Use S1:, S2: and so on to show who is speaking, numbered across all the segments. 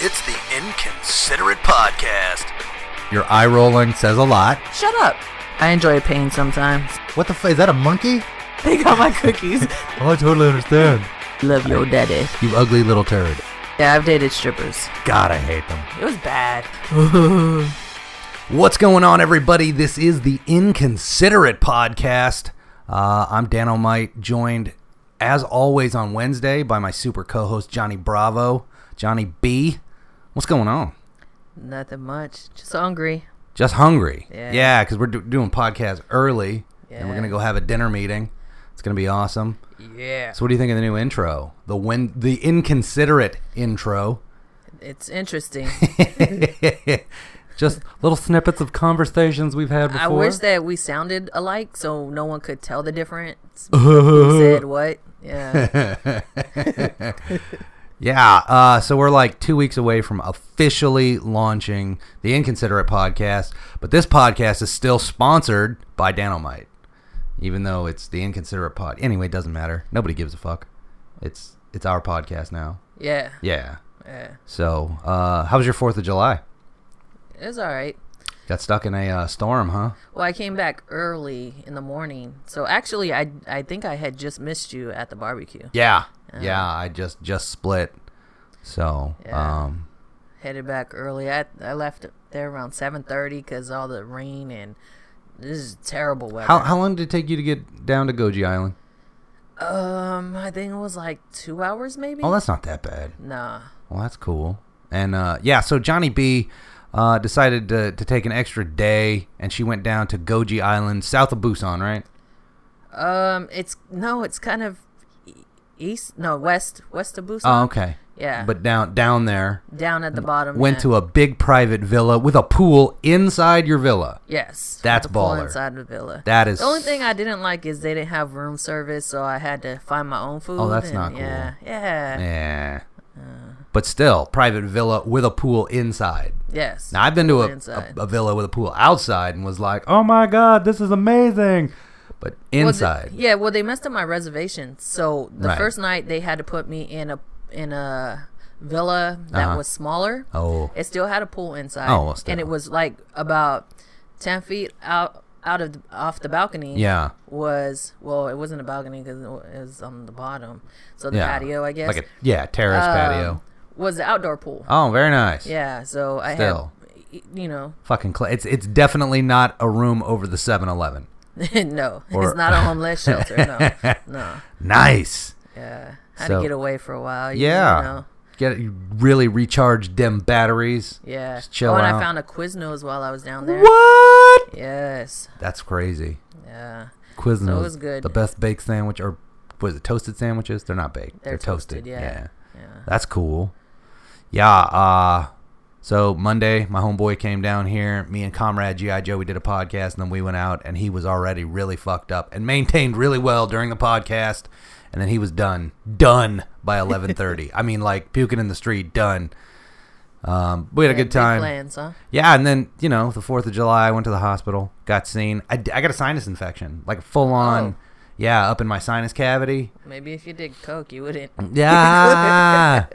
S1: It's the Inconsiderate Podcast.
S2: Your eye rolling says a lot.
S3: Shut up. I enjoy pain sometimes.
S2: What the f- is that a monkey?
S3: They got my cookies.
S2: Oh, I totally understand.
S3: Love your daddy.
S2: You ugly little turd.
S3: Yeah, I've dated strippers.
S2: God, I hate them.
S3: It was bad.
S2: What's going on, everybody? This is the Inconsiderate Podcast. Uh, I'm Dan O'Mite, joined as always on Wednesday by my super co host, Johnny Bravo, Johnny B. What's going on?
S3: Nothing much. Just hungry.
S2: Just hungry.
S3: Yeah.
S2: Yeah, because we're do- doing podcasts early, and we're
S3: Yeah.
S2: going to go have a dinner meeting. It's going to be awesome.
S3: Yeah.
S2: So, what do you think of the new intro? The when the inconsiderate intro.
S3: It's interesting.
S2: Just little snippets of conversations we've had before.
S3: I wish that we sounded alike so no one could tell the difference. Who said what? Yeah.
S2: yeah. Uh, so we're like two weeks away from officially launching the Inconsiderate podcast, but this podcast is still sponsored by Danomite, even though it's the Inconsiderate pod. Anyway, it doesn't matter. Nobody gives a fuck. It's it's our podcast now.
S3: Yeah.
S2: Yeah.
S3: Yeah.
S2: So, uh, how was your Fourth of July?
S3: It's all right.
S2: Got stuck in a uh, storm, huh?
S3: Well, I came back early in the morning. So actually, I, I think I had just missed you at the barbecue.
S2: Yeah. Yeah. I just just split. So,
S3: Yeah.
S2: um,
S3: headed back early. I I left there around seven thirty because all the rain and this is terrible weather.
S2: How, how long did it take you to get down to Goji Island?
S3: um, I think it was like two hours maybe.
S2: Oh, that's not that bad.
S3: nah,
S2: Well, that's cool. And uh, yeah, so Johnny B uh, decided to, to take an extra day, and she went down to Goji Island, south of Busan, right?
S3: um, it's no, it's kind of e- east, no west, west of Busan.
S2: Oh, okay.
S3: yeah,
S2: But down down there,
S3: down at the bottom.
S2: went to a big private villa with a pool inside your villa.
S3: yes,
S2: That's
S3: the pool
S2: baller.
S3: inside the villa.
S2: That is
S3: the only thing I didn't like is they didn't have room service, so I had to find my own food.
S2: Oh, that's
S3: and
S2: not cool.
S3: Yeah, yeah,
S2: Yeah. But still, private villa with a pool inside.
S3: yes.
S2: Now I've been to a, a,
S3: Inside.
S2: a villa with a pool outside and was like, "Oh my god, this is amazing," but inside,
S3: Well, th- yeah, well, they messed up my reservation. So the
S2: Right.
S3: first night they had to put me in a in a villa that
S2: Uh-huh.
S3: was smaller.
S2: oh,
S3: It still had a pool inside.
S2: Oh, well, still.
S3: and it was like about ten feet out out of the, off the balcony.
S2: yeah,
S3: was well, it wasn't a balcony because it was on the bottom. So the
S2: yeah,
S3: patio, I guess, Um,
S2: like a yeah terrace patio.
S3: was the outdoor pool.
S2: Oh, very nice.
S3: yeah, so I
S2: Still.
S3: had you know
S2: fucking. Cl- it's it's definitely not a room over the 7-Eleven.
S3: no,
S2: Or-
S3: it's not a homeless shelter. No, no,
S2: Nice.
S3: yeah, had
S2: So-
S3: to get away for a while. you-
S2: Yeah,
S3: you know.
S2: get you really recharge them batteries.
S3: Yeah.
S2: Just chill
S3: oh, and
S2: out.
S3: I found a Quiznos while I was down there.
S2: What?
S3: Yes.
S2: That's crazy.
S3: Yeah.
S2: Quiznos.
S3: So it was good.
S2: The best baked sandwich or was it toasted sandwiches? They're not baked. They're,
S3: They're
S2: toasted.
S3: toasted, yeah. Yeah.
S2: That's cool. Yeah, uh so Monday my homeboy came down here, me and comrade GI Joe we did a podcast and then we went out and he was already really fucked up and maintained really well during the podcast and then he was done. Done by 11:30. I mean like puking in the street, done. Um, we had a
S3: Yeah,
S2: good
S3: big
S2: time.
S3: Plans, huh?
S2: Yeah, and then you know the Fourth of July, I went to the hospital, got seen. I, I got a sinus infection, like full on.
S3: Oh.
S2: Yeah, up in my sinus cavity.
S3: Maybe if you did coke, you wouldn't.
S2: Yeah.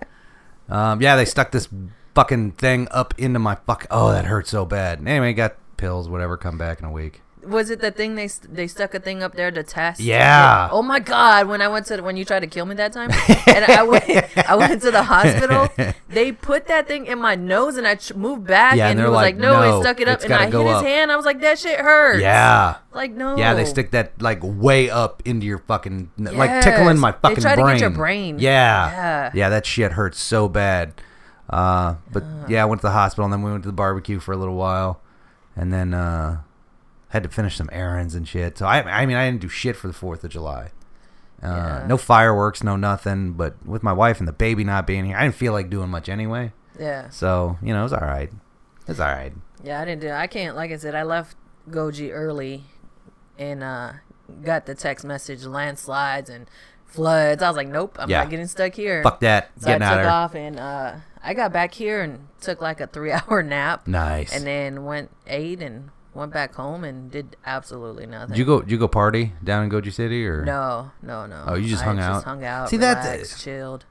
S2: um, yeah, they stuck this fucking thing up into my fuck. Oh, that hurt so bad. Anyway, got pills, whatever. Come back in a week.
S3: Was it the thing they st- they stuck a thing up there to test?
S2: Yeah.
S3: Like, oh my god! When I went to when you tried to kill me that time, and I went I went to the hospital, they put that thing in my nose and I ch- moved back
S2: Yeah, and
S3: and, he
S2: they're
S3: was
S2: like,
S3: like, no,
S2: "No,
S3: they stuck it up
S2: it's
S3: and
S2: gotta
S3: I hit
S2: go up."
S3: his hand. I was like, that shit hurts. Oh.
S2: Yeah.
S3: Like no.
S2: Yeah, they stick that like way up into your fucking like tickling my
S3: Yes. They
S2: fucking
S3: try to
S2: brain.
S3: get your brain.
S2: Yeah.
S3: Yeah.
S2: that shit hurts so bad. Uh, but yeah, I went to the hospital and then we went to the barbecue for a little while, and then uh, had to finish some errands and shit. So I, I mean, I didn't do shit for the Fourth of July. Uh,
S3: Yeah.
S2: No fireworks, no nothing. But with my wife and the baby not being here, I didn't feel like doing much anyway.
S3: Yeah.
S2: So you know, it was all right. It was all right.
S3: Yeah, I didn't do. I can't. Like I said, I left Goji early, and uh, got the text message landslides and floods. I was like, nope, I'm
S2: Yeah.
S3: not getting stuck here.
S2: Fuck that.
S3: So
S2: Getting
S3: I
S2: out
S3: took
S2: of here.
S3: off, and uh, I got back here and took like a three-hour nap,
S2: Nice.
S3: and then went ate and went back home and did absolutely nothing.
S2: Did you go? Did you go party down in Goji City or
S3: No, no, no.
S2: Oh, you just
S3: I
S2: hung out?
S3: Just hung out.
S2: See,
S3: See,
S2: that's-
S3: relaxed, chilled.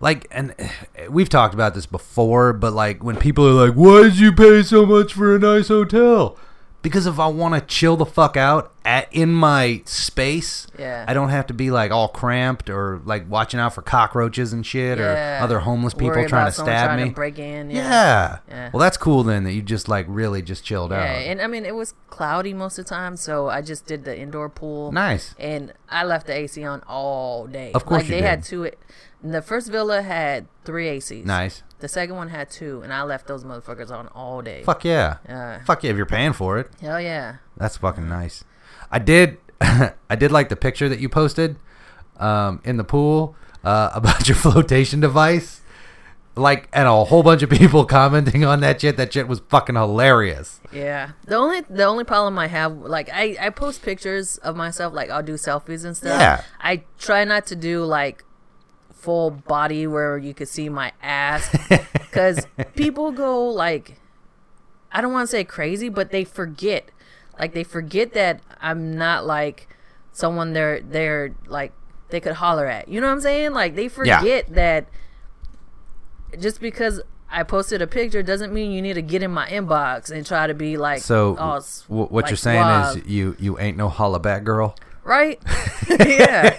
S2: like and eh, we've talked about this before but like when people are like why did you pay so much for a nice hotel because if i want to chill the fuck out at, in my space
S3: Yeah.
S2: i don't have to be like all cramped or like watching out for cockroaches and shit
S3: Yeah.
S2: or other homeless people
S3: Worry
S2: trying
S3: about
S2: to
S3: someone
S2: stab
S3: trying
S2: me
S3: To break in.
S2: yeah.
S3: Yeah.
S2: well that's cool then that you just like really just chilled
S3: Yeah,
S2: out
S3: and I mean it was cloudy most of the time, so I just did the indoor pool.
S2: Nice.
S3: And I left the AC on all day.
S2: Of course
S3: like,
S2: you
S3: they had
S2: did.
S3: two. The first villa had three ACs.
S2: nice
S3: The second one had two, and I left those motherfuckers on all day.
S2: fuck yeah
S3: Yeah.
S2: fuck yeah if you're paying for it
S3: Hell yeah.
S2: That's fucking nice. I did. I did like the picture that you posted um, in the pool uh, about your flotation device. Like, and a whole bunch of people commenting on that shit. That shit was fucking hilarious.
S3: Yeah. The only the only problem I have like I I post pictures of myself like I'll do selfies and stuff.
S2: Yeah.
S3: I try not to do like full body where you could see my ass cuz people go like I don't want to say crazy but they forget. Like they forget that I'm not like someone they're they're like they could holler at. You know what I'm saying? Like they
S2: Yeah.
S3: forget that just because I posted a picture doesn't mean you need to get in my inbox and try to be like
S2: So,
S3: all
S2: w-
S3: s-
S2: what
S3: Oh, like,
S2: you're saying
S3: suave,
S2: is you you ain't no holla back girl.
S3: right? yeah.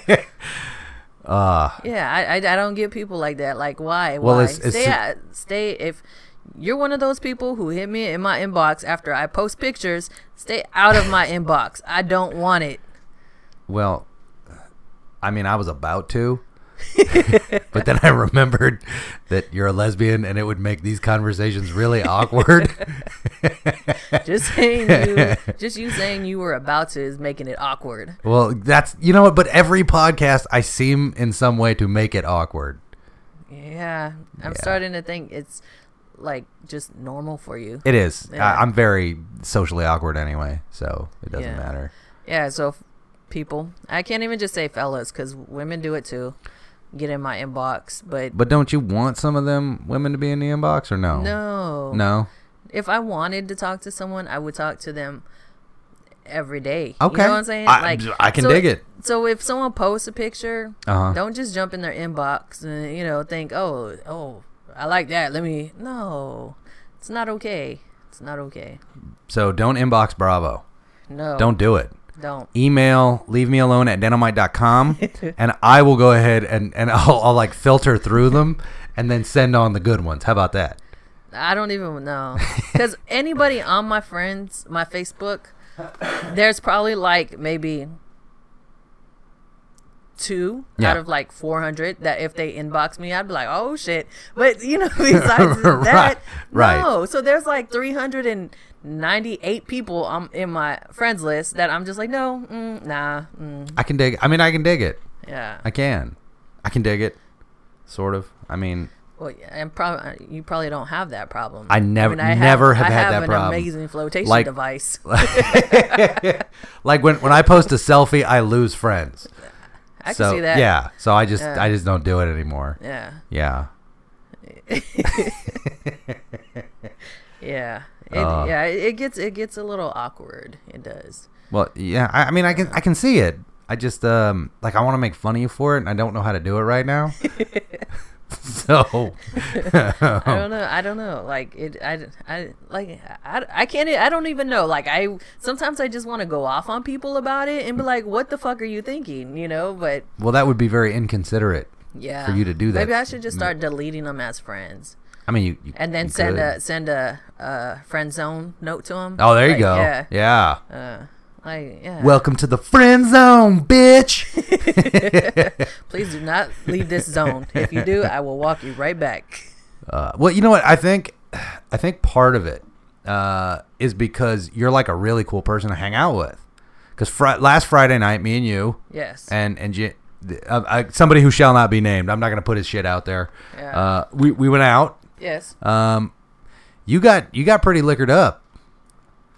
S2: Uh,
S3: yeah, I, I I don't get people like that. Like why?
S2: Well,
S3: why?
S2: it's- it's-
S3: stay at- stay if you're one of those people who hit me in my inbox after I post pictures, stay out of my inbox. I don't want it.
S2: Well, I mean, I was about to, but then I remembered that you're a lesbian, and it would make these conversations really awkward.
S3: Just saying you just you saying you were about to is making it awkward.
S2: Well, that's you know what, but every podcast I seem in some way to make it awkward.
S3: Yeah, I'm starting to think it's like just normal for you.
S2: It is.
S3: Yeah.
S2: I, I'm very socially awkward anyway, so it doesn't
S3: Yeah.
S2: matter.
S3: Yeah, so f- people, I can't even just say fellas because women do it too. Get in my inbox, but,
S2: But don't you want some of them women to be in the inbox or no?
S3: no,
S2: No.
S3: If I wanted to talk to someone, I would talk to them every day.
S2: Okay.
S3: you know what I'm saying?
S2: I- I can
S3: so-
S2: dig it.
S3: So if someone posts a picture,
S2: Uh-huh.
S3: don't just jump in their inbox and you know think, oh, oh, I like that. Let me. No, it's not okay. It's not okay.
S2: So don't inbox Bravo.
S3: No,
S2: Don't do it.
S3: don't.
S2: Email leave me alone at denomite.com and I will go ahead and, and I'll, I'll like filter through them and then send on the good ones. How about that?
S3: I don't even know. Because anybody on my friends, my Facebook, there's probably like maybe two
S2: Yeah.
S3: out of like 400 that if they inbox me, I'd be like, oh shit. But, you know, besides that,
S2: right.
S3: no. So there's like 398 people um, in my friends list that I'm just like, no, mm, nah, mm,
S2: I can dig I mean I can dig it.
S3: yeah.
S2: I can. I can dig it. Sort of. I mean,
S3: Well, yeah, and probably you probably don't have that problem.
S2: I never- never have
S3: I
S2: had
S3: have
S2: that
S3: an
S2: problem.
S3: Amazing flotation
S2: Like-
S3: device.
S2: like when when I post a selfie, I lose friends.
S3: I
S2: so,
S3: can see that.
S2: Yeah. So I just
S3: Yeah.
S2: I just don't do it anymore.
S3: Yeah.
S2: Yeah.
S3: Yeah. It,
S2: Uh,
S3: yeah, it it gets it gets a little awkward. It does.
S2: Well, yeah. I, I mean, I can I can see it. I just um like I want to make fun of you for it, and I don't know how to do it right now. so
S3: I don't know. I don't know. Like it. I. I like. I. I can't. e- I don't even know. Like I. Sometimes I just want to go off on people about it and be like, "What the fuck are you thinking?" You know. But
S2: well, that would be very inconsiderate.
S3: yeah.
S2: For you to do that-
S3: Maybe I should just start deleting them as friends
S2: I mean, you, you
S3: and then
S2: you
S3: send
S2: could.
S3: a send a uh, friend zone note to them.
S2: Oh, there you
S3: Like,
S2: go.
S3: Yeah. Uh.
S2: yeah.
S3: Like yeah.
S2: Welcome to the friend zone, bitch.
S3: Please do not leave this zone. If you do, I will walk you right back.
S2: Uh, well, you know what? I think, I think part of it uh, is because you're like a really cool person to hang out with. Because fri- last Friday night, me and you,
S3: Yes.
S2: and and J- uh, I, somebody who shall not be named, I'm not going to put his shit out there.
S3: Yeah.
S2: Uh, we we went out.
S3: yes.
S2: Um, you got you got pretty liquored up.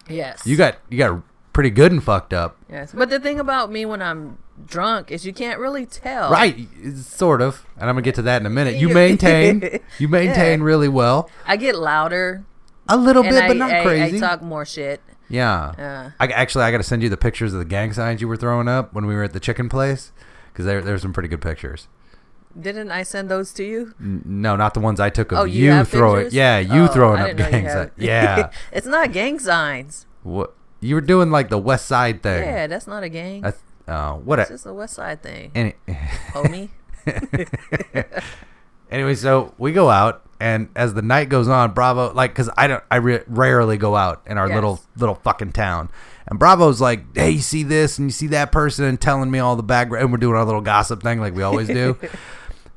S3: yes.
S2: You got you got pretty good and fucked up.
S3: Yes, but the thing about me when I'm drunk is you can't really tell.
S2: Right, sort of, and I'm gonna get to that in a minute. You
S3: You-
S2: maintain, you maintain
S3: Yeah.
S2: really well,
S3: I get louder
S2: a little
S3: and
S2: bit,
S3: I,
S2: but not
S3: I,
S2: crazy.
S3: I talk more shit. Uh,
S2: Yeah.
S3: Yeah.
S2: I actually I got to send you the pictures of the gang signs you were throwing up when we were at the chicken place because there there's some pretty good pictures.
S3: Didn't I send those to you?
S2: N- No, not the ones I took of
S3: Oh, you,
S2: you,
S3: have
S2: throwing.
S3: pictures?
S2: Yeah, you
S3: Oh,
S2: throwing
S3: I
S2: up
S3: didn't know you
S2: gang
S3: had-
S2: signs. Yeah,
S3: it's not gang signs.
S2: what you were doing like the West Side thing.
S3: Yeah, that's not a gang.
S2: I th- uh, what?
S3: It's
S2: A,
S3: just a West Side thing,
S2: any,
S3: homie.
S2: anyway, so we go out, and as the night goes on, Bravo like because I don't I re- rarely go out in our
S3: Yes.
S2: little little fucking town, and Bravo's like, hey, you see this and you see that person, and telling me all the background, and we're doing our little gossip thing like we always do.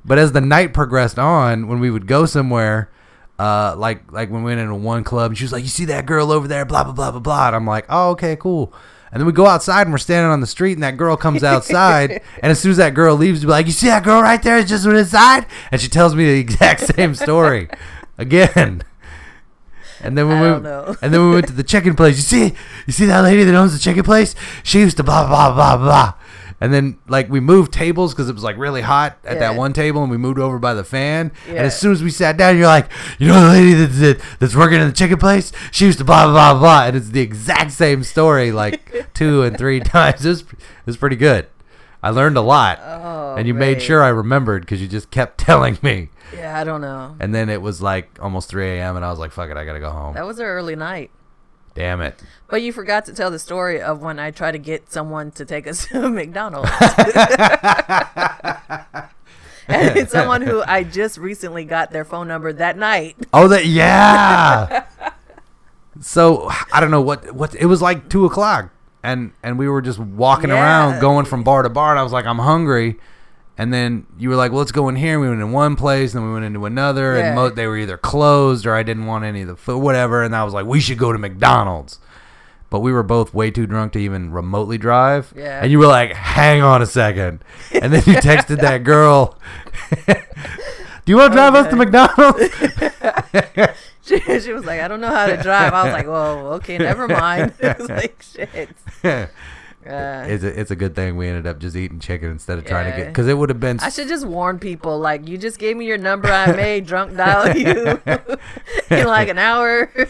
S2: But as the night progressed on, when we would go somewhere, uh, like like when we went into one club, and she was like, "You see that girl over there?" Blah blah blah blah blah. And I'm like, "Oh, okay, cool." And then we go outside and we're standing on the street, and that girl comes outside. and as soon as that girl leaves, we're like, "You see that girl right there? It's just went inside." And she tells me the exact same story again. And then when
S3: I
S2: we
S3: don't know.
S2: and then we went to the chicken place. You see, you see that lady that owns the chicken place? She used to blah blah blah blah. And then like we moved tables because it was like really hot at that
S3: Yeah.
S2: one table, and we moved over by the fan. And
S3: Yeah.
S2: as soon as we sat down, you're like, you know, the lady that, that that's working in the chicken place? She used to blah blah blah, blah. and it's the exact same story like two and three times. It was, it was pretty good. I learned a lot,
S3: Oh,
S2: and you made
S3: great.
S2: sure I remembered because you just kept telling me.
S3: Yeah, I don't know.
S2: And then it was like almost 3 a.m. and I was like, "Fuck it, I gotta go home."
S3: That was an early night.
S2: Damn it.
S3: But you forgot to tell the story of when I tried to get someone to take us to McDonald's. and it's someone who I just recently got their phone number that night.
S2: Oh, that yeah. so I don't know what what it was like two o'clock, and and we were just walking
S3: Yeah.
S2: around, going from bar to bar, and I was like, I'm hungry. And then you were like, well, let's go in here. And we went in one place, then we went into another,
S3: Yeah.
S2: and mo- they were either closed or I didn't want any of the food, whatever. And I was like, we should go to McDonald's. But we were both way too drunk to even remotely drive.
S3: Yeah.
S2: And you were like, hang on a second. And then you texted that girl, do you want to drive us to
S3: Okay.
S2: McDonald's?
S3: She, she was like, I don't know how to drive. I was like, whoa, okay, never mind. it was like, shit. Uh,
S2: it's a, it's a good thing we ended up just eating chicken instead of trying to get
S3: Yeah.
S2: because it would have been
S3: I should just warn people, like, you just gave me your number. I may drunk dial you in like an hour.
S2: uh,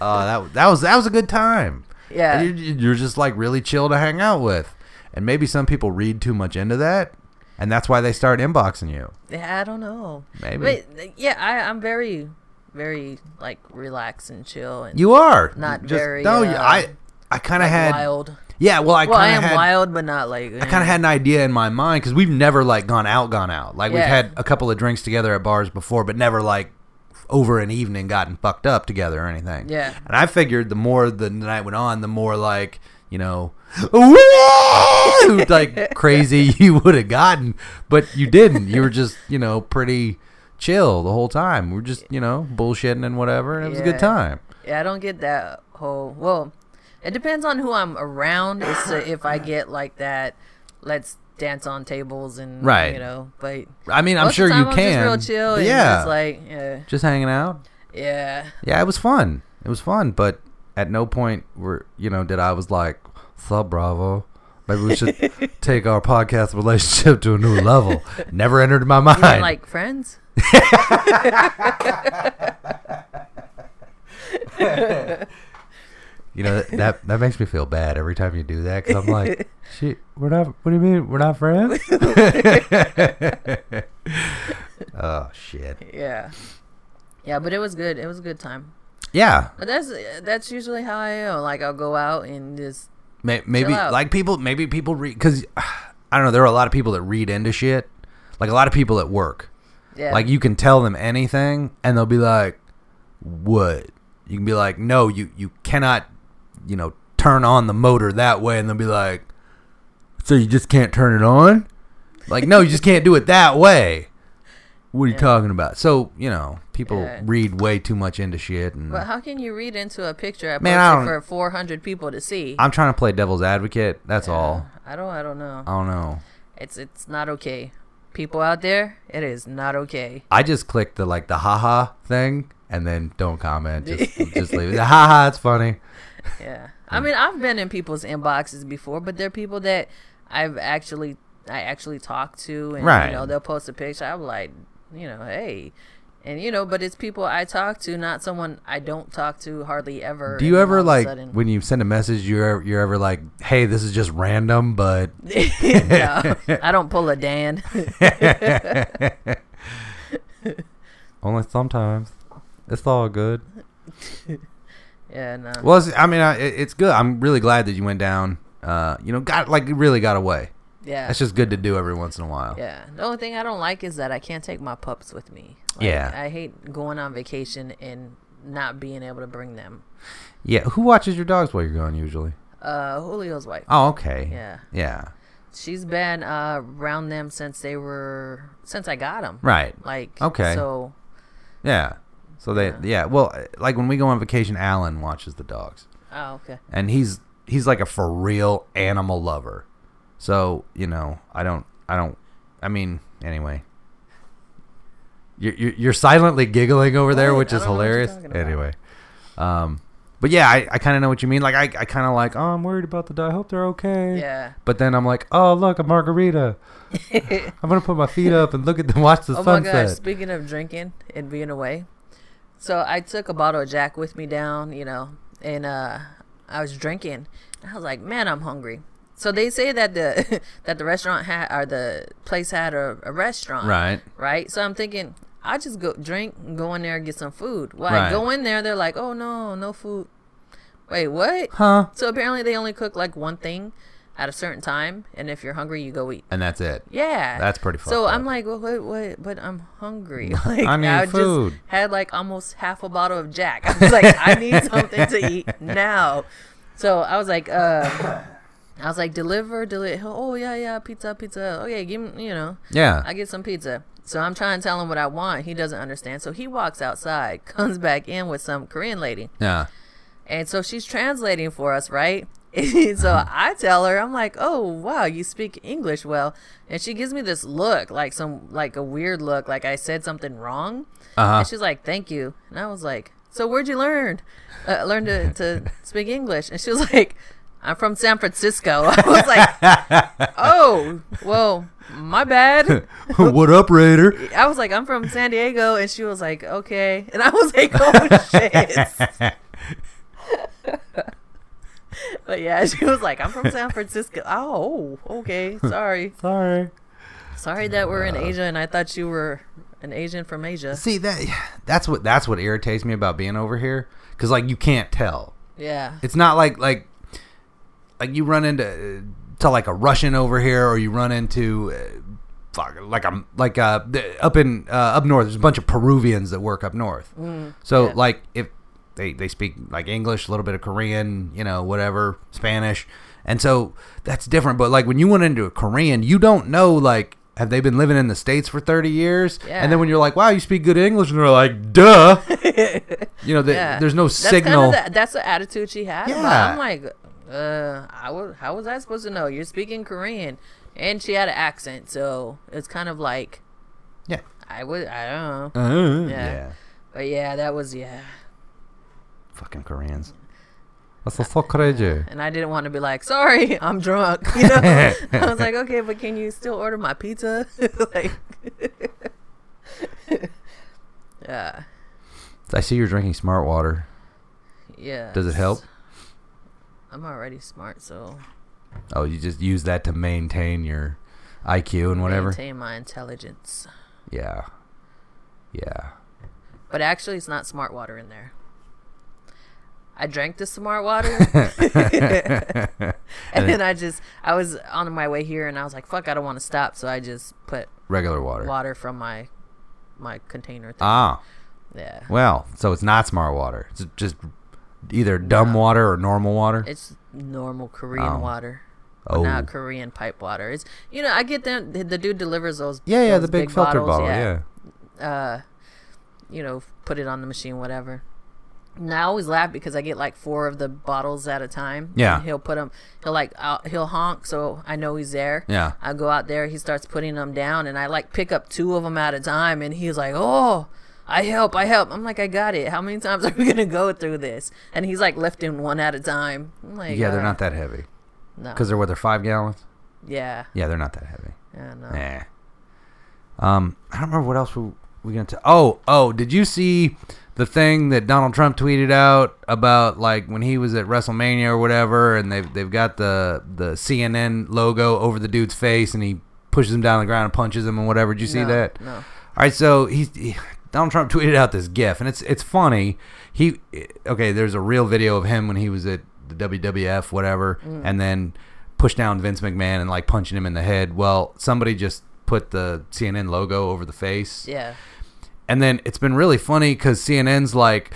S2: that that was that was a good time.
S3: Yeah.
S2: And you're, you're just like really chill to hang out with, and maybe some people read too much into that, and that's why they start inboxing you.
S3: Yeah, I don't know.
S2: Maybe.
S3: But uh, yeah, I, I'm very, very like relaxed and chill and
S2: You are
S3: Not
S2: Just-
S3: very,
S2: No, you-
S3: uh,
S2: I I kind of had
S3: wild.
S2: yeah. Well, I
S3: Well, I
S2: kind
S3: am
S2: of had
S3: wild, but not like.
S2: I kind of had an idea in my mind because we've never like gone out, gone out. Like we've
S3: Yeah.
S2: had a couple of drinks together at bars before, but never like over an evening gotten fucked up together or anything.
S3: Yeah.
S2: And I figured the more the night went on, the more like you know, "Woo!" like crazy you would have gotten, but you didn't. You were just you know pretty chill the whole time. We We're just you know bullshitting and whatever, and it was a
S3: Yeah.
S2: good time.
S3: Yeah, I don't get that whole. Well, it depends on who I'm around. It's to, if I get like that. Let's dance on tables and
S2: Right.
S3: You know, but
S2: I mean, I'm
S3: most of
S2: sure
S3: the
S2: you
S3: time I'm
S2: can.
S3: Just real chill.
S2: but
S3: and
S2: yeah,
S3: Just like yeah,
S2: just hanging out.
S3: yeah.
S2: yeah, it was fun. It was fun, but at no point were you know did I was like, "Sub Bravo, maybe we should take our podcast relationship to a new level." Never entered my mind.
S3: You mean like friends?
S2: You know th- that that makes me feel bad every time you do that because I'm like, "Shit, we're not. What do you mean we're not friends?" oh shit.
S3: Yeah. Yeah, but it was good. It was a good time.
S2: Yeah,
S3: But that's that's usually how I am. Like I'll go out and just
S2: May- maybe
S3: out.
S2: like people maybe people read because I don't know. There are a lot of people that read into shit. Like a lot of people at work.
S3: yeah.
S2: Like you can tell them anything, and they'll be like, "What?" You can be like, "No, you you cannot, you know, turn on the motor that way," and they'll be like, "So you just can't turn it on?" Like, no, you just can't do it that way. What are you talking about? So you know, people
S3: Yeah.
S2: read way too much into shit, and
S3: But how can you read into a picture I posted
S2: Man, I
S3: for 400 people to see?
S2: I'm trying to play devil's advocate. That's all.
S3: I don't. I don't know.
S2: I don't know.
S3: It's it's not okay. People out there, it is not okay.
S2: I just click the like the haha thing, and then don't comment. Just just leave it. Haha, it's funny.
S3: Yeah. I mean, I've been in people's inboxes before, but they're people that I've actually I actually talked to, and
S2: Right.
S3: you know they'll post a picture. I'm like, you know, hey, And you know, but it's people I talk to, not someone I don't talk to hardly ever.
S2: Do
S3: and
S2: you
S3: then all
S2: ever
S3: of a
S2: like
S3: sudden-
S2: when you send a message? You're you're ever like, hey, this is just random, but
S3: no, I don't pull a Dan.
S2: only sometimes. It's all good.
S3: yeah, no.
S2: Well, it's, I mean, I, it- it's good. I'm really glad that you went down. Uh, you know, got like really got away.
S3: yeah.
S2: That's just good to do every once in a while.
S3: Yeah. The only thing I don't like is that I can't take my pups with me. Like,
S2: Yeah.
S3: I hate going on vacation and not being able to bring them.
S2: Yeah, Who watches your dogs while you're gone usually?
S3: Uh, Julio's wife.
S2: Oh, okay.
S3: Yeah.
S2: Yeah.
S3: She's been uh, around them since they were since I got them.
S2: Right.
S3: Like
S2: Okay.
S3: So
S2: Yeah. So they yeah. Well, like when we go on vacation, Alan watches the dogs,
S3: oh okay.
S2: and he's he's like a for real animal lover. So you know, I don't I don't I mean anyway. You're you're, you're silently giggling over there,
S3: What?
S2: which
S3: I
S2: is
S3: don't know what you're
S2: hilarious.
S3: talking about.
S2: Anyway, um, but yeah, I, I kind of know what you mean. Like I I kind of like oh I'm worried about the dog. I hope they're okay.
S3: Yeah.
S2: But then I'm like, oh look, a margarita. I'm gonna put my feet up and look at the watch the
S3: Oh
S2: sunset.
S3: my gosh, speaking of drinking and being away. So I took a bottle of Jack with me down, you know, and uh I was drinking. And I was like, "Man, I'm hungry." So they say that the that the restaurant had or the place had a, a restaurant.
S2: Right.
S3: Right? So I'm thinking I just go drink and go in there and get some food. Well,
S2: Right.
S3: I go in there, they're like, "Oh no, no food." Wait, what?
S2: Huh?
S3: So apparently they only cook like one thing at a certain time, and if you're hungry, you go eat.
S2: And that's it.
S3: Yeah,
S2: That's pretty fucked
S3: So
S2: up.
S3: I'm like, well, what, what? But I'm hungry. Like,
S2: I need food.
S3: just had like almost half a bottle of Jack. I was like, I need something to eat now. So I was like, uh, I was like, deliver, deliver. Oh yeah, yeah, pizza, pizza. Okay, give me, you know.
S2: Yeah.
S3: I get some pizza. So I'm trying to tell him what I want. He doesn't understand. So he walks outside, comes back in with some Korean lady.
S2: yeah.
S3: And so she's translating for us, right? so I tell her, I'm like, "Oh wow, you speak English well," and she gives me this look, like some, like a weird look, like I said something wrong.
S2: Uh-huh.
S3: And she's like, "Thank you," and I was like, "So where'd you learn, uh, learn to to speak English?" And she was like, "I'm from San Francisco." I was like, "Oh, well, my bad."
S2: what up, Raider?
S3: I was like, "I'm from San Diego," and she was like, "Okay," and I was like, "Oh shit." But yeah, she was like, "I'm from San Francisco." Oh, okay. Sorry,
S2: Sorry.
S3: sorry that we're in Asia, and I thought you were an Asian from Asia.
S2: See that? That's what that's what irritates me about being over here, because like you can't tell.
S3: Yeah,
S2: It's not like like like you run into uh, to like a Russian over here, or you run into. Uh, fuck, like I'm like uh th- up in uh, up north there's a bunch of Peruvians that work up north so
S3: Mm, yeah.
S2: like if they they speak like English a little bit of Korean you know whatever Spanish and so that's different but like when you went into a Korean you don't know like have they been living in the states for 30 years
S3: Yeah.
S2: and then when you're like wow you speak good English and they're like duh you know the,
S3: yeah.
S2: there's no
S3: That's kinda
S2: signal
S3: the- that's the attitude she had. about it.
S2: Yeah.
S3: I'm like, uh, I was, how was I supposed to know? You're speaking Korean, and she had an accent, so it's kind of like
S2: yeah
S3: I would, I don't know.
S2: Uh, yeah.
S3: But yeah, that was yeah,
S2: fucking Koreans that's so crazy
S3: and I didn't want to be like, sorry, I'm drunk. You know, I was like, okay, but can you still order my pizza? like, yeah,
S2: I see you're drinking smart water
S3: yeah.
S2: does it help
S3: I'm already smart, so
S2: oh you just use that to maintain your IQ and whatever
S3: maintain my intelligence.
S2: yeah yeah
S3: But actually, it's not smart water in there. I drank the smart water, and then I just I was on my way here, and I was like, "Fuck, I don't want to stop," so I just put
S2: regular water.
S3: water from my my container thing.
S2: Ah,
S3: yeah,
S2: well, so it's not smart water. It's just either dumb water or normal water.
S3: it's normal Korean
S2: Oh.
S3: water.
S2: oh,
S3: Not Korean pipe water. It's you know I get them. The, the dude delivers those.
S2: yeah, yeah,
S3: those
S2: the big, filter
S3: bottles,
S2: bottle. Yeah.
S3: uh, you know, put it on the machine, whatever. And I always laugh because I get like four of the bottles at a time.
S2: Yeah.
S3: And he'll put them. He'll like out, he'll honk, so I know he's there.
S2: Yeah.
S3: I go out there. He starts putting them down, and I like pick up two of them at a time, and he's like, "Oh, I help, I help." I'm like, "I got it." How many times are we gonna go through this? And he's like lifting one at a time. I'm
S2: yeah,
S3: like,
S2: They're
S3: "Uh,
S2: not that heavy
S3: no.
S2: because they're what they're five gallons.
S3: yeah,
S2: Yeah, they're not that heavy.
S3: yeah, no.
S2: Eh. Um, I don't remember what else we we gonna? T- oh, oh, did you see the thing that Donald Trump tweeted out about like when he was at WrestleMania or whatever, and they've they've got the the CNN logo over the dude's face, and he pushes him down on the ground and punches him and whatever. Did you see
S3: No,
S2: that?
S3: no.
S2: All right, so he's, he Donald Trump tweeted out this GIF, and it's it's funny. He okay, there's a real video of him when he was at the WWF, whatever,
S3: Mm.
S2: and then pushed down Vince McMahon and like punching him in the head. Well, somebody just put the CNN logo over the face,
S3: Yeah.
S2: and then it's been really funny because CNN's like.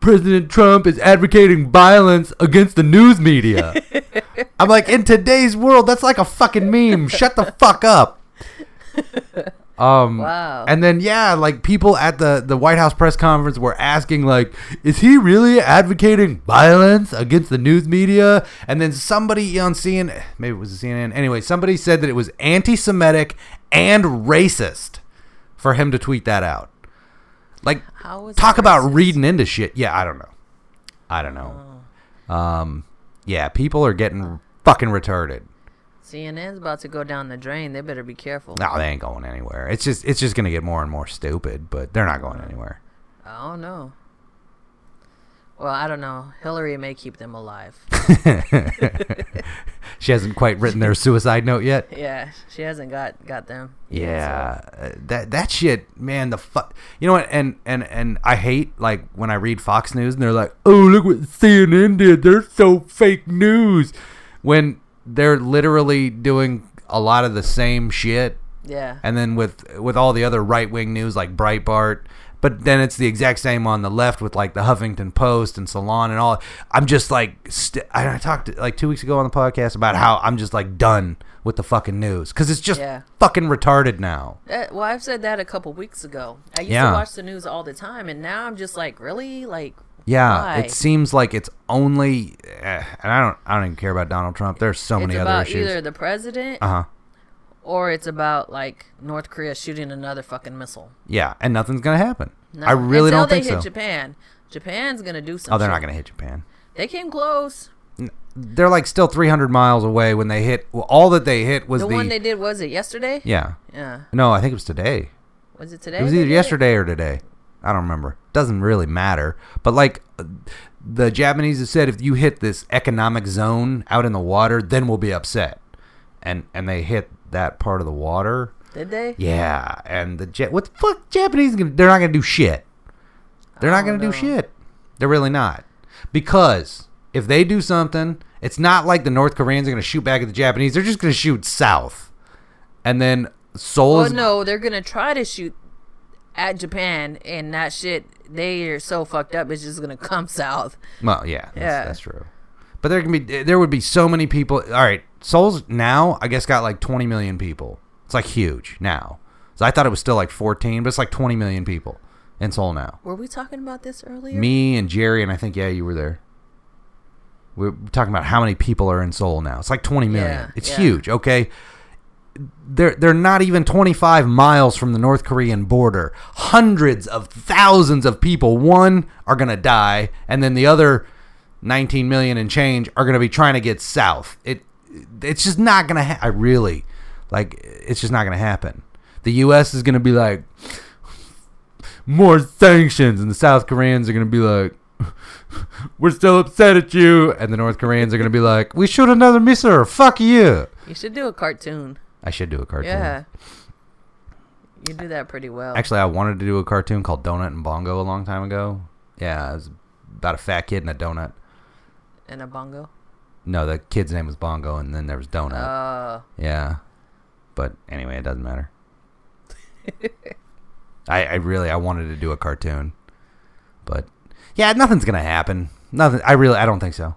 S2: President Trump is advocating violence against the news media. I'm like, in today's world, that's like a fucking meme. Shut the fuck up. Um,
S3: Wow.
S2: And then yeah, like people at the the White House press conference were asking like, is he really advocating violence against the news media? And then somebody on CNN, maybe it was CNN, anyway, somebody said that it was anti-Semitic and racist for him to tweet that out. Like,
S3: How is
S2: talk
S3: it
S2: about
S3: racist?
S2: reading into shit. Yeah, I don't know. I don't know.
S3: Oh,
S2: Um, yeah, people are getting fucking retarded.
S3: CNN's about to go down the drain. They better be careful.
S2: No, they ain't going anywhere. It's just it's just gonna get more and more stupid, but they're not going anywhere.
S3: I don't know. Well, I don't know. Hillary may keep them alive.
S2: She hasn't quite written their suicide note yet.
S3: yeah, she hasn't got got them.
S2: Yeah, uh, that that shit, man. The fuck, you know what? And and and I hate like when I read Fox News and they're like, "Oh, look what CNN did. They're so fake news," when they're literally doing a lot of the same shit.
S3: Yeah.
S2: And then with with all the other right wing news like Breitbart, but then it's the exact same on the left with like the Huffington Post and Salon and all. I'm just like st- I I talked like two weeks ago on the podcast about how I'm just like done with the fucking news because it's just
S3: Yeah.
S2: fucking retarded now.
S3: That- Uh, well, I've said that a couple weeks ago. I used
S2: Yeah.
S3: to watch the news all the time, and now I'm just like, really, like,
S2: Yeah,
S3: Why?
S2: it seems like it's only, eh, and I don't, I don't even care about Donald Trump. There's so
S3: it's
S2: many other
S3: about
S2: issues.
S3: either the president
S2: Uh huh.
S3: or it's about like North Korea shooting another fucking missile.
S2: Yeah, and nothing's gonna happen.
S3: No.
S2: I really
S3: Until
S2: don't think
S3: they hit
S2: so.
S3: Japan. Japan's gonna do something.
S2: Oh, they're not gonna hit Japan.
S3: They came close.
S2: They're like still 300 miles away when they hit. Well, all that they hit was
S3: The
S2: the,
S3: one they did was it yesterday?
S2: yeah.
S3: Yeah.
S2: No, I think it was today.
S3: Was it today?
S2: It was
S3: they
S2: either
S3: did
S2: yesterday or today. I don't remember. Doesn't really matter. But like uh, the Japanese have said, if you hit this economic zone out in the water, then we'll be upset. And and they hit that part of the water.
S3: Did they?
S2: Yeah, and the jet. What the fuck? Japanese? Gonna, they're not gonna do shit. They're not gonna
S3: don't
S2: do shit. They're really not. Because if they do something, it's not like the North Koreans are gonna shoot back at the Japanese. They're just gonna shoot south, and then Seoul
S3: Well,
S2: is
S3: no, they're gonna try to shoot at Japan, and that shit. They are so fucked up. It's just gonna come south.
S2: Well, yeah, that's,
S3: Yeah.
S2: that's true. But there can be there would be so many people. All right, Seoul's now I guess got like 20 million people. It's like huge now. So I thought it was still like 14, but it's like 20 million people in Seoul now.
S3: Were we talking about this earlier?
S2: Me and Jerry and I think yeah, you were there. We We're talking about how many people are in Seoul now. It's like 20 million.
S3: Yeah,
S2: it's
S3: yeah.
S2: huge. Okay. They're, they're not even 25 miles from the North Korean border. Hundreds of thousands of people, one, are going to die, and then the other 19 million and change are going to be trying to get south. It It's just not going to happen. I really, like, it's just not going to happen. The U.S. is going to be like, more sanctions, and the South Koreans are going to be like, we're still upset at you. And the North Koreans are going to be like, we shoot another missile. Fuck you.
S3: You should do a cartoon.
S2: I should do a cartoon.
S3: Yeah. You do that pretty well.
S2: Actually, I wanted to do a cartoon called Donut and Bongo a long time ago. Yeah, it was about a fat kid and a donut.
S3: and a bongo.
S2: No, the kid's name was Bongo, and then there was Donut.
S3: Uh,
S2: Yeah. But anyway, it doesn't matter. I, I really I wanted to do a cartoon. But yeah, nothing's gonna happen. Nothing I really I don't think so.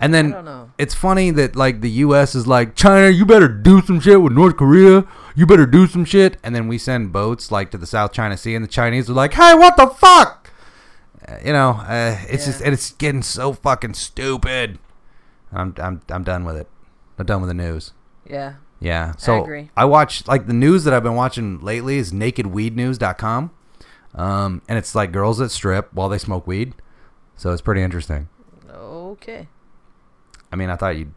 S2: and then
S3: uh, I don't know.
S2: it's funny that like the US is like, China, you better do some shit with North Korea. You better do some shit and then we send boats like to the South China Sea and the Chinese are like, Hey, what the fuck? Uh, You know, uh, it's
S3: Yeah.
S2: just and it's getting so fucking stupid. I'm I'm I'm done with it. I'm done with the news.
S3: yeah.
S2: Yeah. So I,
S3: agree.
S2: watch like the news that I've been watching lately is nakedweednews.com. Um, and it's like girls that strip while they smoke weed. So it's pretty interesting.
S3: Okay.
S2: I mean, I thought you'd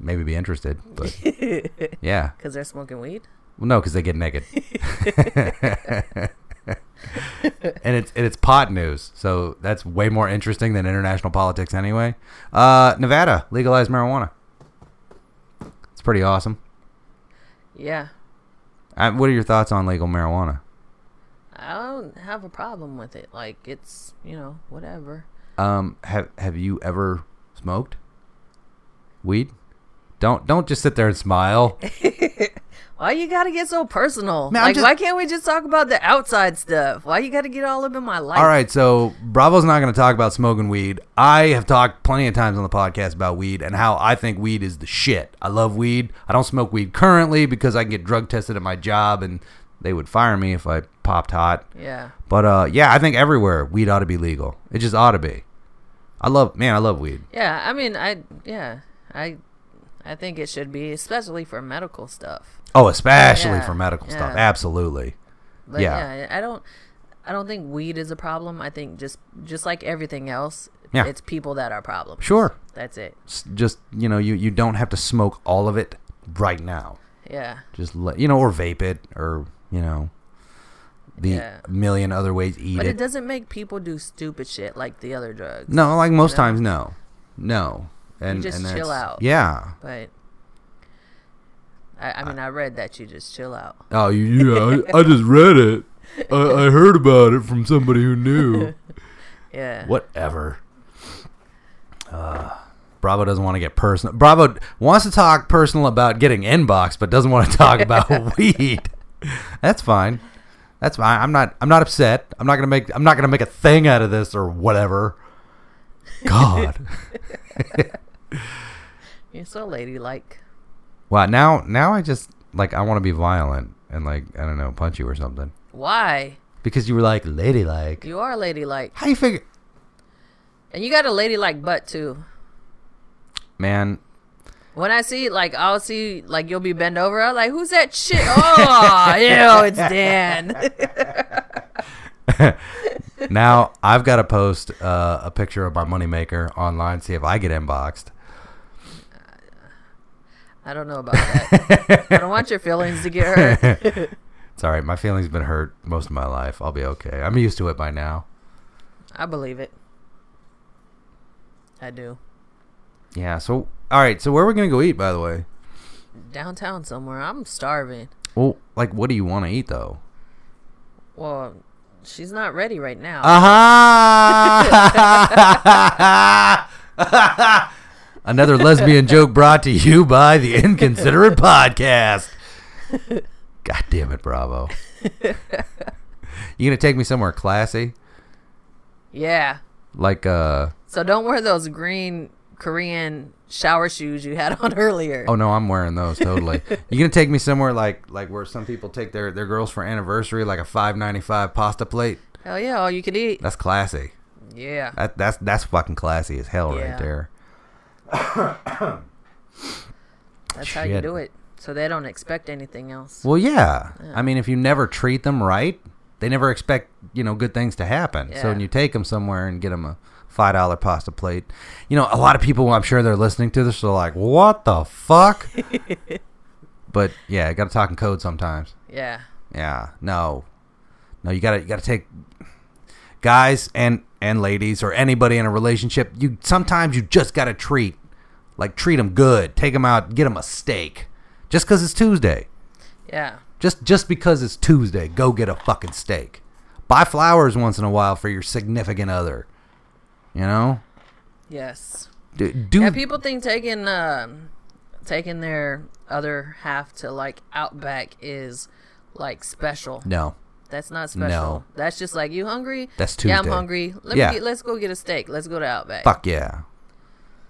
S2: maybe be interested, but
S3: Because
S2: yeah.
S3: they're smoking weed.
S2: Well, no, because they get naked. and it's and it's pot news, so that's way more interesting than international politics anyway. Uh, Nevada legalized marijuana. It's pretty awesome.
S3: Yeah.
S2: Uh, what are your thoughts on legal marijuana?
S3: I don't have a problem with it. Like it's, you know, whatever.
S2: Um, have have you ever smoked weed? Don't don't just sit there and smile.
S3: Why you gotta get so personal?
S2: Man, I'm
S3: like
S2: just-
S3: why can't we just talk about the outside stuff? Why you gotta get all up in my life?
S2: All right, so Bravo's not going to talk about smoking weed. I have talked plenty of times on the podcast about weed and how I think weed is the shit. I love weed. I don't smoke weed currently because I can get drug tested at my job and they would fire me if I popped hot.
S3: Yeah.
S2: But uh, yeah, I think everywhere weed ought to be legal. It just ought to be. I love, man, I love weed.
S3: Yeah, I mean I yeah. I I think it should be, especially for medical stuff.
S2: Oh, especially
S3: Yeah,
S2: for medical stuff.
S3: yeah.
S2: Absolutely.
S3: But
S2: Yeah.
S3: yeah. I don't I don't think weed is a problem. I think just just like everything else,
S2: Yeah.
S3: it's people that are problems.
S2: Sure.
S3: That's it.
S2: S- Just, you know, you, you don't have to smoke all of it right now.
S3: Yeah.
S2: just let you know, or vape it, or you know, the
S3: Yeah.
S2: million other ways eat
S3: But
S2: it.
S3: it doesn't make people do stupid shit like the other drugs.
S2: no, like most times, no, no, and
S3: just
S2: and
S3: chill
S2: that's-
S3: out.
S2: Yeah.
S3: But I, I mean, I, read that you just chill out.
S2: Oh yeah, I, I just read it. I, I heard about it from somebody who knew.
S3: Yeah.
S2: Whatever. Uh, Bravo doesn't want to get personal. Bravo wants to talk personal about getting inbox, but doesn't want to talk about weed. That's fine. That's fine. I'm not. I'm not upset. I'm not gonna make. I'm not gonna make a thing out of this or whatever. God.
S3: You're so ladylike.
S2: wow. Now. Now I just like. I want to be violent and like. I don't know. Punch you or something.
S3: Why?
S2: Because you were like ladylike.
S3: You are ladylike.
S2: How you figure?
S3: And you got a ladylike butt, too.
S2: Man.
S3: When I see, like, I'll see, like, you'll be bent over. I'm like, who's that shit? Oh, ew, it's Dan.
S2: Now I've got to post uh, a picture of my moneymaker online. See if I get inboxed.
S3: I don't know about that. I don't want your feelings to get hurt.
S2: It's all right. My feelings been hurt most of my life. I'll be okay. I'm used to it by now.
S3: I believe it. I do.
S2: Yeah. So all right. So where are we gonna go eat? By the way.
S3: Downtown somewhere. I'm starving.
S2: Well, like, what do you want to eat though?
S3: Well, she's not ready right now.
S2: Uh, Aha! Another lesbian joke brought to you by the Inconsiderate Podcast. God damn it, Bravo! you gonna take me somewhere classy,
S3: yeah.
S2: like uh?
S3: So don't wear those green Korean shower shoes you had on earlier.
S2: Oh no, I'm wearing those totally. you gonna take me somewhere like like where some people take their their girls for anniversary, like a five ninety five pasta plate.
S3: Hell yeah, all you could eat.
S2: That's classy.
S3: Yeah.
S2: That that's that's fucking classy as hell
S3: Yeah.
S2: right there.
S3: That's how you
S2: shit.
S3: do it. So they don't expect anything else.
S2: Well, yeah. I mean, if you never treat them right, they never expect you know good things to happen. So
S3: Yeah.
S2: when you take them somewhere and get them a five dollar pasta plate, you know a lot of people I'm sure they're listening to this are like, what the fuck? but yeah, got to talk in code sometimes.
S3: Yeah.
S2: Yeah. No. No, you gotta you gotta take guys and and ladies or anybody in a relationship. You sometimes you just gotta treat like treat them good. Take them out, get them a steak, just because it's Tuesday.
S3: Yeah.
S2: Just just because it's Tuesday, go get a fucking steak. Buy flowers once in a while for your significant other. You know,
S3: Yes.
S2: do, do
S3: Yeah, people think taking um taking their other half to like Outback is like special.
S2: no.
S3: That's not special. That's just like you hungry?
S2: That's
S3: Yeah, I'm
S2: Tuesday.
S3: hungry. Let
S2: Yeah.
S3: me get, let's go get a steak. Let's go to Outback.
S2: Fuck yeah,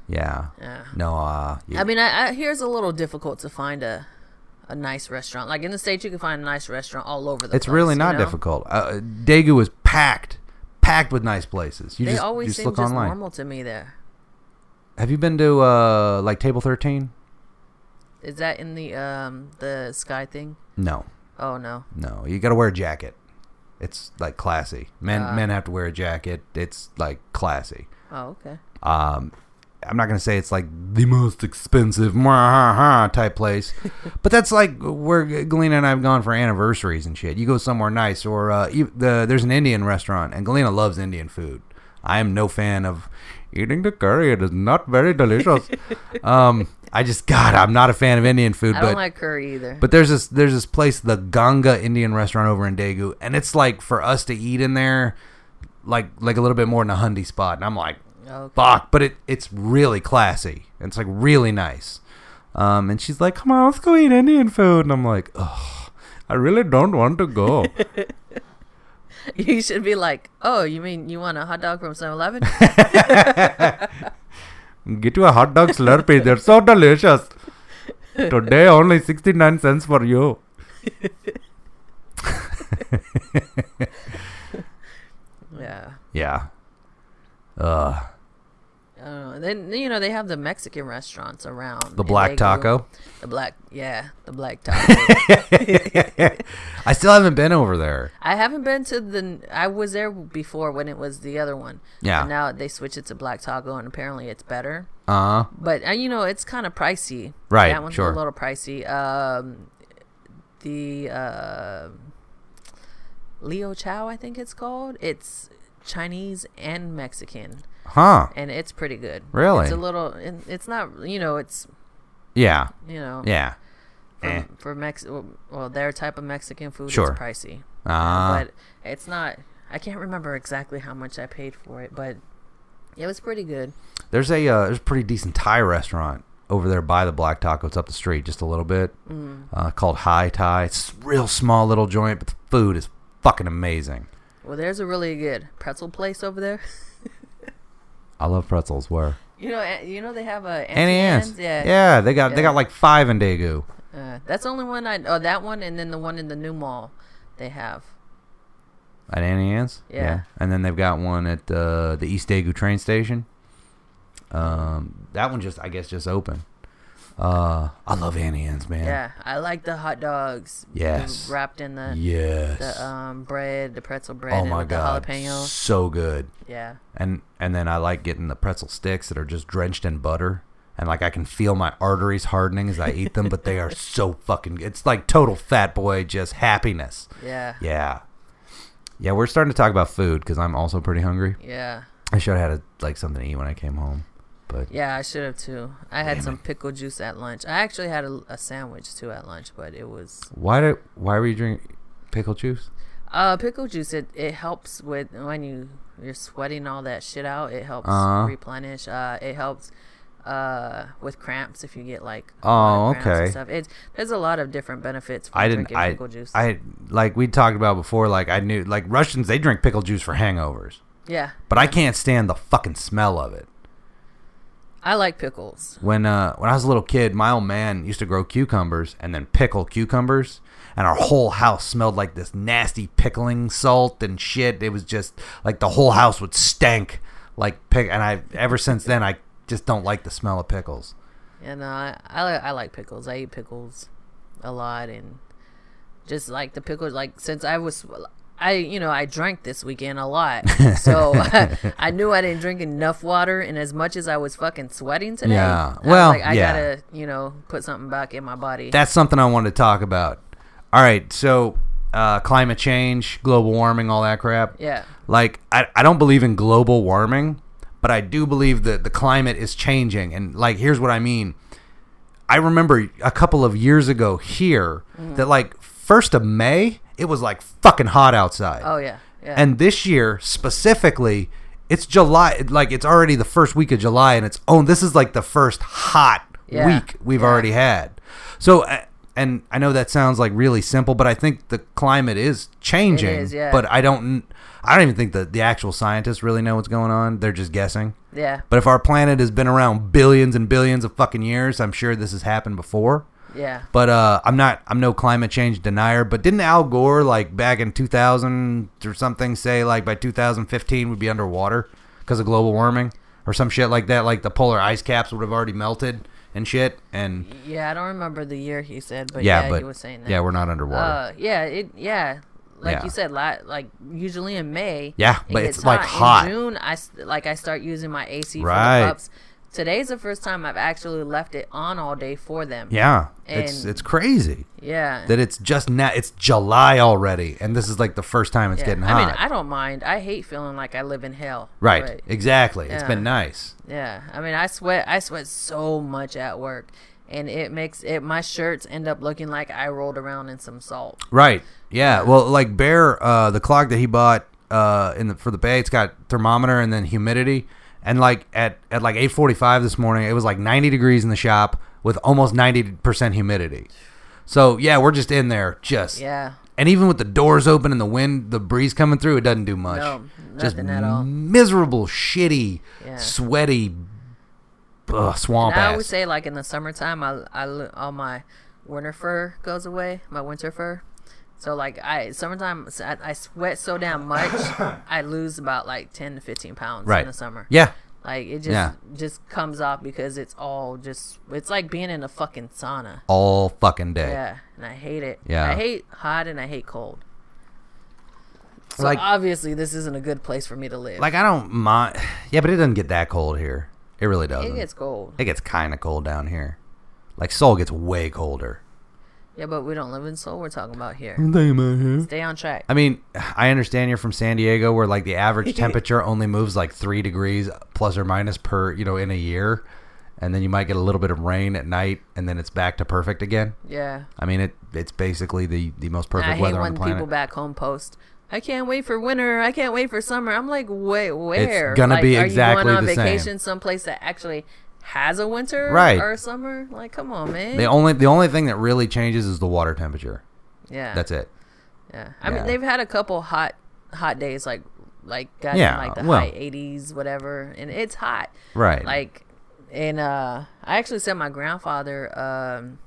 S2: yeah.
S3: Yeah.
S2: No, uh, yeah.
S3: I mean, I, I here's a little difficult to find a a nice restaurant. Like in the states, you can find a nice restaurant all over the.
S2: It's
S3: place,
S2: really
S3: you
S2: not
S3: know?
S2: difficult. Uh, Daegu is packed, packed with nice places. You
S3: They
S2: just,
S3: always
S2: just
S3: seem
S2: look
S3: just
S2: online.
S3: normal to me. There
S2: Have you been to uh, like Table Thirteen?
S3: is that in the um the sky thing.
S2: No,
S3: Oh no,
S2: no. You got to wear a jacket. It's like
S3: Uh.
S2: classy. Men men have to wear a jacket. It's like classy.
S3: oh okay,
S2: Um, I'm not gonna say it's like the most expensive type place, but that's like where Galena and I have gone for anniversaries and shit. You go somewhere nice, or uh, you, the, there's an Indian restaurant, and Galena loves Indian food. I am no fan of eating the curry; it is not very delicious. um, I just God, I'm not a fan of Indian food.
S3: I
S2: but
S3: don't like curry either.
S2: but there's this there's this place, the Ganga Indian restaurant over in Daegu, and it's like for us to eat in there, like like a little bit more than a hundy spot. And I'm like,
S3: Okay.
S2: fuck, but it it's really classy. And it's like really nice. Um, and she's like, come on, let's go eat Indian food. And I'm like, oh, I really don't want to go.
S3: you should be like, oh, you mean you want a hot dog from 7-Eleven?
S2: Get you a hot dog Slurpee. They're so delicious. Today, only 69 cents for you.
S3: yeah.
S2: Yeah. Uh,
S3: I don't know. Then you know they have the Mexican restaurants around.
S2: the
S3: in
S2: black
S3: Daegu.
S2: taco.
S3: The black, yeah, the black taco.
S2: I still haven't been over there.
S3: I haven't been to the. I was there before when it was the other one.
S2: Yeah.
S3: And now they switched it to Black Taco, and apparently it's better.
S2: Uh huh.
S3: But uh, you know, it's kind of pricey.
S2: Right,
S3: That one's
S2: sure.
S3: a little pricey. Um, the uh, Leo Chow, I think it's called. It's Chinese and Mexican,
S2: Huh.
S3: and it's pretty good.
S2: Really?
S3: It's a little. and It's not. You know. It's
S2: Yeah.
S3: you know.
S2: Yeah.
S3: For,
S2: Eh.
S3: for Mex, well, their type of Mexican food
S2: Sure.
S3: is pricey.
S2: Uh,
S3: but it's not i can't remember exactly how much i paid for it but it was pretty good
S2: There's a uh, there's a pretty decent Thai restaurant over there by the Black Taco. It's up the street just a little bit,
S3: Mm.
S2: uh, called High Thai. It's a real small little joint, but the food is fucking amazing.
S3: well there's a really good pretzel place over there
S2: I love pretzels. Where
S3: you know a- you know they have a
S2: Annie
S3: Auntie
S2: Ann's.
S3: Anne's? yeah,
S2: yeah, they got they
S3: Uh, Yeah.
S2: got like five in Daegu.
S3: Uh, that's the only one i oh that one and then the one in the new mall they have
S2: At Annie Ann's?
S3: Yeah.
S2: And then they've got one at uh, the East Daegu train station. Um, that one just, I guess, just opened. Uh, I love Annie Ann's, man.
S3: yeah i like the hot dogs the-
S2: Yes.
S3: wrapped in the
S2: Yes.
S3: the um bread the pretzel bread
S2: oh
S3: and
S2: my
S3: with
S2: god.
S3: the jalapeno
S2: So good.
S3: yeah
S2: And and then I like getting the pretzel sticks that are just drenched in butter. And like I can feel my arteries hardening as I eat them, but they are so fucking. It's like total fat boy, just happiness.
S3: yeah yeah,
S2: Yeah, yeah. We're starting to talk about food because I'm also pretty hungry.
S3: yeah.
S2: I should have had a, like something to eat when I came home, but
S3: Yeah, I should have too. I had
S2: Damn
S3: some pickle juice at lunch. I actually had a, a sandwich too at lunch, but it was
S2: why did why were you drinking pickle juice?
S3: uh pickle juice. It it helps with when you you're sweating all that shit out. It helps
S2: Uh-huh.
S3: replenish. Uh, it helps uh with cramps if you get like a
S2: Oh,
S3: lot of cramps and
S2: okay.
S3: Stuff. It's there's a lot of different benefits. From
S2: I didn't.
S3: Drinking
S2: I
S3: pickle juice.
S2: I like we talked about before. Like I knew like Russians they drink pickle juice for hangovers,
S3: yeah,
S2: but I can't stand the fucking smell of it.
S3: I like pickles.
S2: When uh when I was a little kid, my old man used to grow cucumbers and then pickle cucumbers, and our whole house smelled like this nasty pickling salt and shit. It was just like the whole house would stank like pick. And I ever since then I just don't like the smell of pickles.
S3: And uh, I I li- I like pickles. I eat pickles a lot, and just like the pickles. Like since I was, I you know I drank this weekend a lot, so I knew I didn't drink enough water. And as much as I was fucking sweating today,
S2: Yeah.
S3: I was
S2: Well,
S3: like, I
S2: yeah.
S3: gotta you know put something back in my body.
S2: that's something I wanted to talk about. All right, so uh, climate change, global warming, all that crap.
S3: yeah,
S2: Like, I, I don't believe in global warming, but I do believe that the climate is changing. And, like, here's what I mean. I remember a couple of years ago here that, like, 1st of May, it was, like, fucking hot outside.
S3: oh yeah, yeah,
S2: And this year specifically, it's July. Like it's already the first week of July, and it's oh, this is like the first hot
S3: Yeah.
S2: week we've
S3: Yeah.
S2: already had. So, uh, and I know that sounds like really simple, but I think the climate is changing.
S3: It is, yeah.
S2: But I don't, I don't even think that the actual scientists really know what's going on. They're just guessing.
S3: yeah,
S2: But if our planet has been around billions and billions of fucking years, I'm sure this has happened before.
S3: yeah.
S2: But uh, I'm not. I'm no climate change denier. But didn't Al Gore like back in 2000 or something say like by 2015 we'd be underwater because of global warming or some shit like that? Like the polar ice caps would have already melted and shit. And
S3: Yeah, I don't remember the year he said, but
S2: yeah,
S3: yeah,
S2: but
S3: he was saying that.
S2: yeah, we're not underwater.
S3: Uh, yeah, it yeah. Like
S2: Yeah.
S3: you said, li- like usually in May.
S2: Yeah,
S3: it
S2: but
S3: gets
S2: it's, like, hot.
S3: In June, I s- like I start using my AC for
S2: Right.
S3: the pups Today's the first time I've actually left it on all day for them.
S2: Yeah, it's
S3: And-
S2: it's crazy
S3: Yeah.
S2: that it's just now. It's July already, and this is like the first time it's
S3: Yeah.
S2: getting hot.
S3: I mean, I don't mind. I hate feeling like I live in hell.
S2: right,
S3: but-
S2: exactly. It's
S3: Yeah.
S2: been nice.
S3: Yeah. I mean, I sweat. I sweat so much at work, and it makes it. My shirts end up looking like I rolled around in some salt.
S2: Right. Yeah. Well, like Bear, uh, the clock that he bought uh, in the, for the Bay, it's got thermometer and then humidity. And like at, at like 8:45 this morning, it was like 90 degrees in the shop with almost 90% humidity. So yeah, we're just in there, just
S3: Yeah.
S2: And even with the doors open and the wind, the breeze coming through, it doesn't do much.
S3: No,
S2: just
S3: nothing at all.
S2: miserable, shitty,
S3: Yeah.
S2: sweaty ugh, swamp
S3: And I
S2: ass.
S3: always say, like in the summertime, I, I lo- all my winter fur goes away, my winter fur. So like I summertime, s- I, I sweat so damn much, I lose about like ten to fifteen pounds
S2: right.
S3: in the summer.
S2: Yeah.
S3: like it just
S2: Yeah.
S3: just comes off because it's all just it's like being in a fucking sauna.
S2: All fucking day.
S3: Yeah, and I hate it.
S2: Yeah.
S3: I hate hot and I hate cold. So
S2: Like-
S3: obviously, this isn't a good place for me to live.
S2: Like I don't mind. Yeah, but it doesn't get that cold here. It really doesn't.
S3: it gets cold.
S2: kind of cold down here. Like Seoul gets way colder.
S3: Yeah, but we don't live in Seoul. We're talking about
S2: Mm.
S3: here.
S2: I
S3: Stay on track.
S2: mean, I understand you're from San Diego, where like the average temperature only moves like three degrees plus or minus per you know in a year, and then you might get a little bit of rain at night, and then it's back to perfect again.
S3: Yeah.
S2: I mean, it it's basically the the most perfect
S3: I hate
S2: weather on
S3: when
S2: the planet.
S3: people back home post. I can't wait for winter. I can't wait for summer. I'm like, wait, where?
S2: gonna
S3: Like,
S2: be
S3: Are you
S2: exactly
S3: going on
S2: the same.
S3: vacation someplace that actually has a winter
S2: Right.
S3: or summer? Like, come on, man.
S2: the only the only thing that really changes is the water temperature.
S3: yeah,
S2: That's it.
S3: Yeah, I
S2: Yeah.
S3: mean, they've had a couple hot, hot days like, like got
S2: Yeah,
S3: in like the
S2: well.
S3: high 80s, whatever, and it's hot.
S2: Right.
S3: Like, and uh, I actually sent my grandfather um,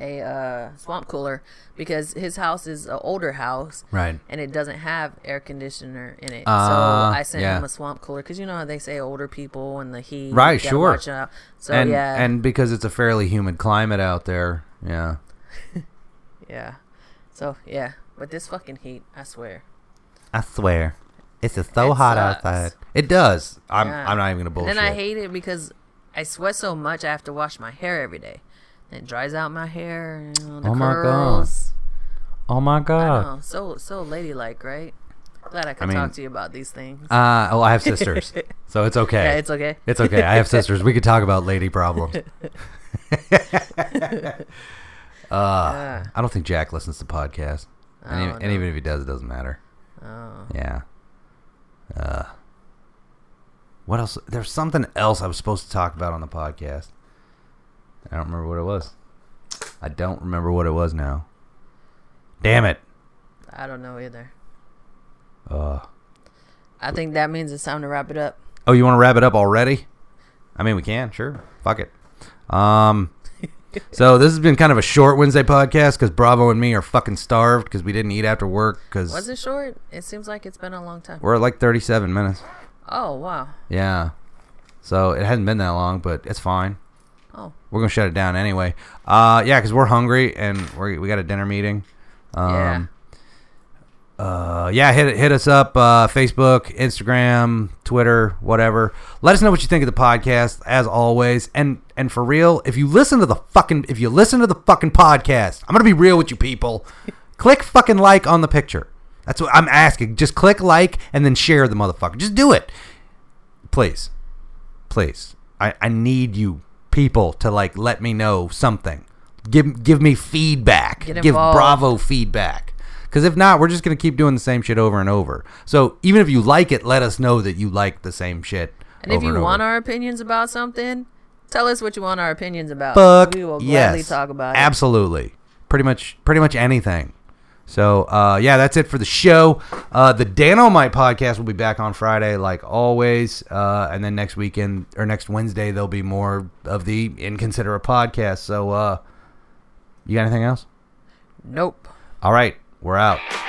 S3: a uh, swamp cooler because his house is an older house,
S2: right.
S3: and it doesn't have air conditioner in it.
S2: Ah,
S3: so I sent
S2: yeah.
S3: him a swamp cooler because you know how they say older people and the heat.
S2: Right,
S3: you gotta
S2: sure.
S3: watch out. So
S2: and
S3: Oh, yeah,
S2: and because it's a fairly humid climate out there, yeah.
S3: yeah. So yeah, but this fucking heat, I swear.
S2: I swear, it's just so
S3: It
S2: hot
S3: sucks.
S2: outside. It does. I'm
S3: Yeah.
S2: I'm not even gonna
S3: And
S2: bullshit.
S3: then I hate it because I sweat so much. I have to wash my hair every day. It dries out my hair. You know, the
S2: Oh my God.
S3: curls.
S2: oh my
S3: I
S2: god.
S3: know. So so ladylike, right? Glad I could
S2: mean-
S3: talk to you about these things.
S2: Uh, oh, I have sisters, so it's okay.
S3: yeah, it's okay.
S2: It's okay. I have sisters. We could talk about lady problems.
S3: Yeah.
S2: Uh, I don't think Jack listens to podcasts, and, even,
S3: Oh,
S2: and even if he does, it doesn't matter.
S3: Oh.
S2: Yeah. Uh, what else? There's something else I was supposed to talk about on the podcast. I don't remember what it was. I don't remember what it was now. Damn it.
S3: I don't know either.
S2: Uh,
S3: I think that means it's time to wrap it up.
S2: oh, you want to wrap it up already? I mean, we can, sure. Fuck it. Um, so this has been kind of a short Wednesday podcast because Bravo and me are fucking starved because we didn't eat after work
S3: Was
S2: because
S3: it short? It seems like it's been a long time.
S2: we're at like 37 minutes.
S3: Oh wow.
S2: Yeah. So it hasn't been that long, but it's fine.
S3: Oh
S2: we're gonna shut it down anyway. Uh, yeah, because we're hungry and we we got a dinner meeting. Um, Uh, yeah, hit hit us up uh, Facebook, Instagram, Twitter, whatever. Let us know what you think of the podcast, as always. And and for real, if you listen to the fucking if you listen to the fucking podcast, I'm gonna be real with you people. click fucking like on the picture. That's what I'm asking. Just click like and then share the motherfucker. Just do it, please please. I, I need you people to like let me know something. Give give me feedback.
S3: Get
S2: give
S3: involved.
S2: Bravo feedback. Because if not, we're just gonna keep doing the same shit over and over. So even if you like it, let us know that you like the same shit.
S3: And if
S2: over
S3: you want
S2: over.
S3: our opinions about something, tell us what you want our opinions about.
S2: fuck,
S3: we will
S2: yes,
S3: gladly talk about it.
S2: absolutely. Pretty much, pretty much anything. So uh, yeah, that's it for the show. Uh, the Danomite podcast will be back on Friday, like always, uh, and then next weekend or next Wednesday there'll be more of the inconsiderate podcast. So uh, you got anything else?
S3: Nope.
S2: All right, we're out.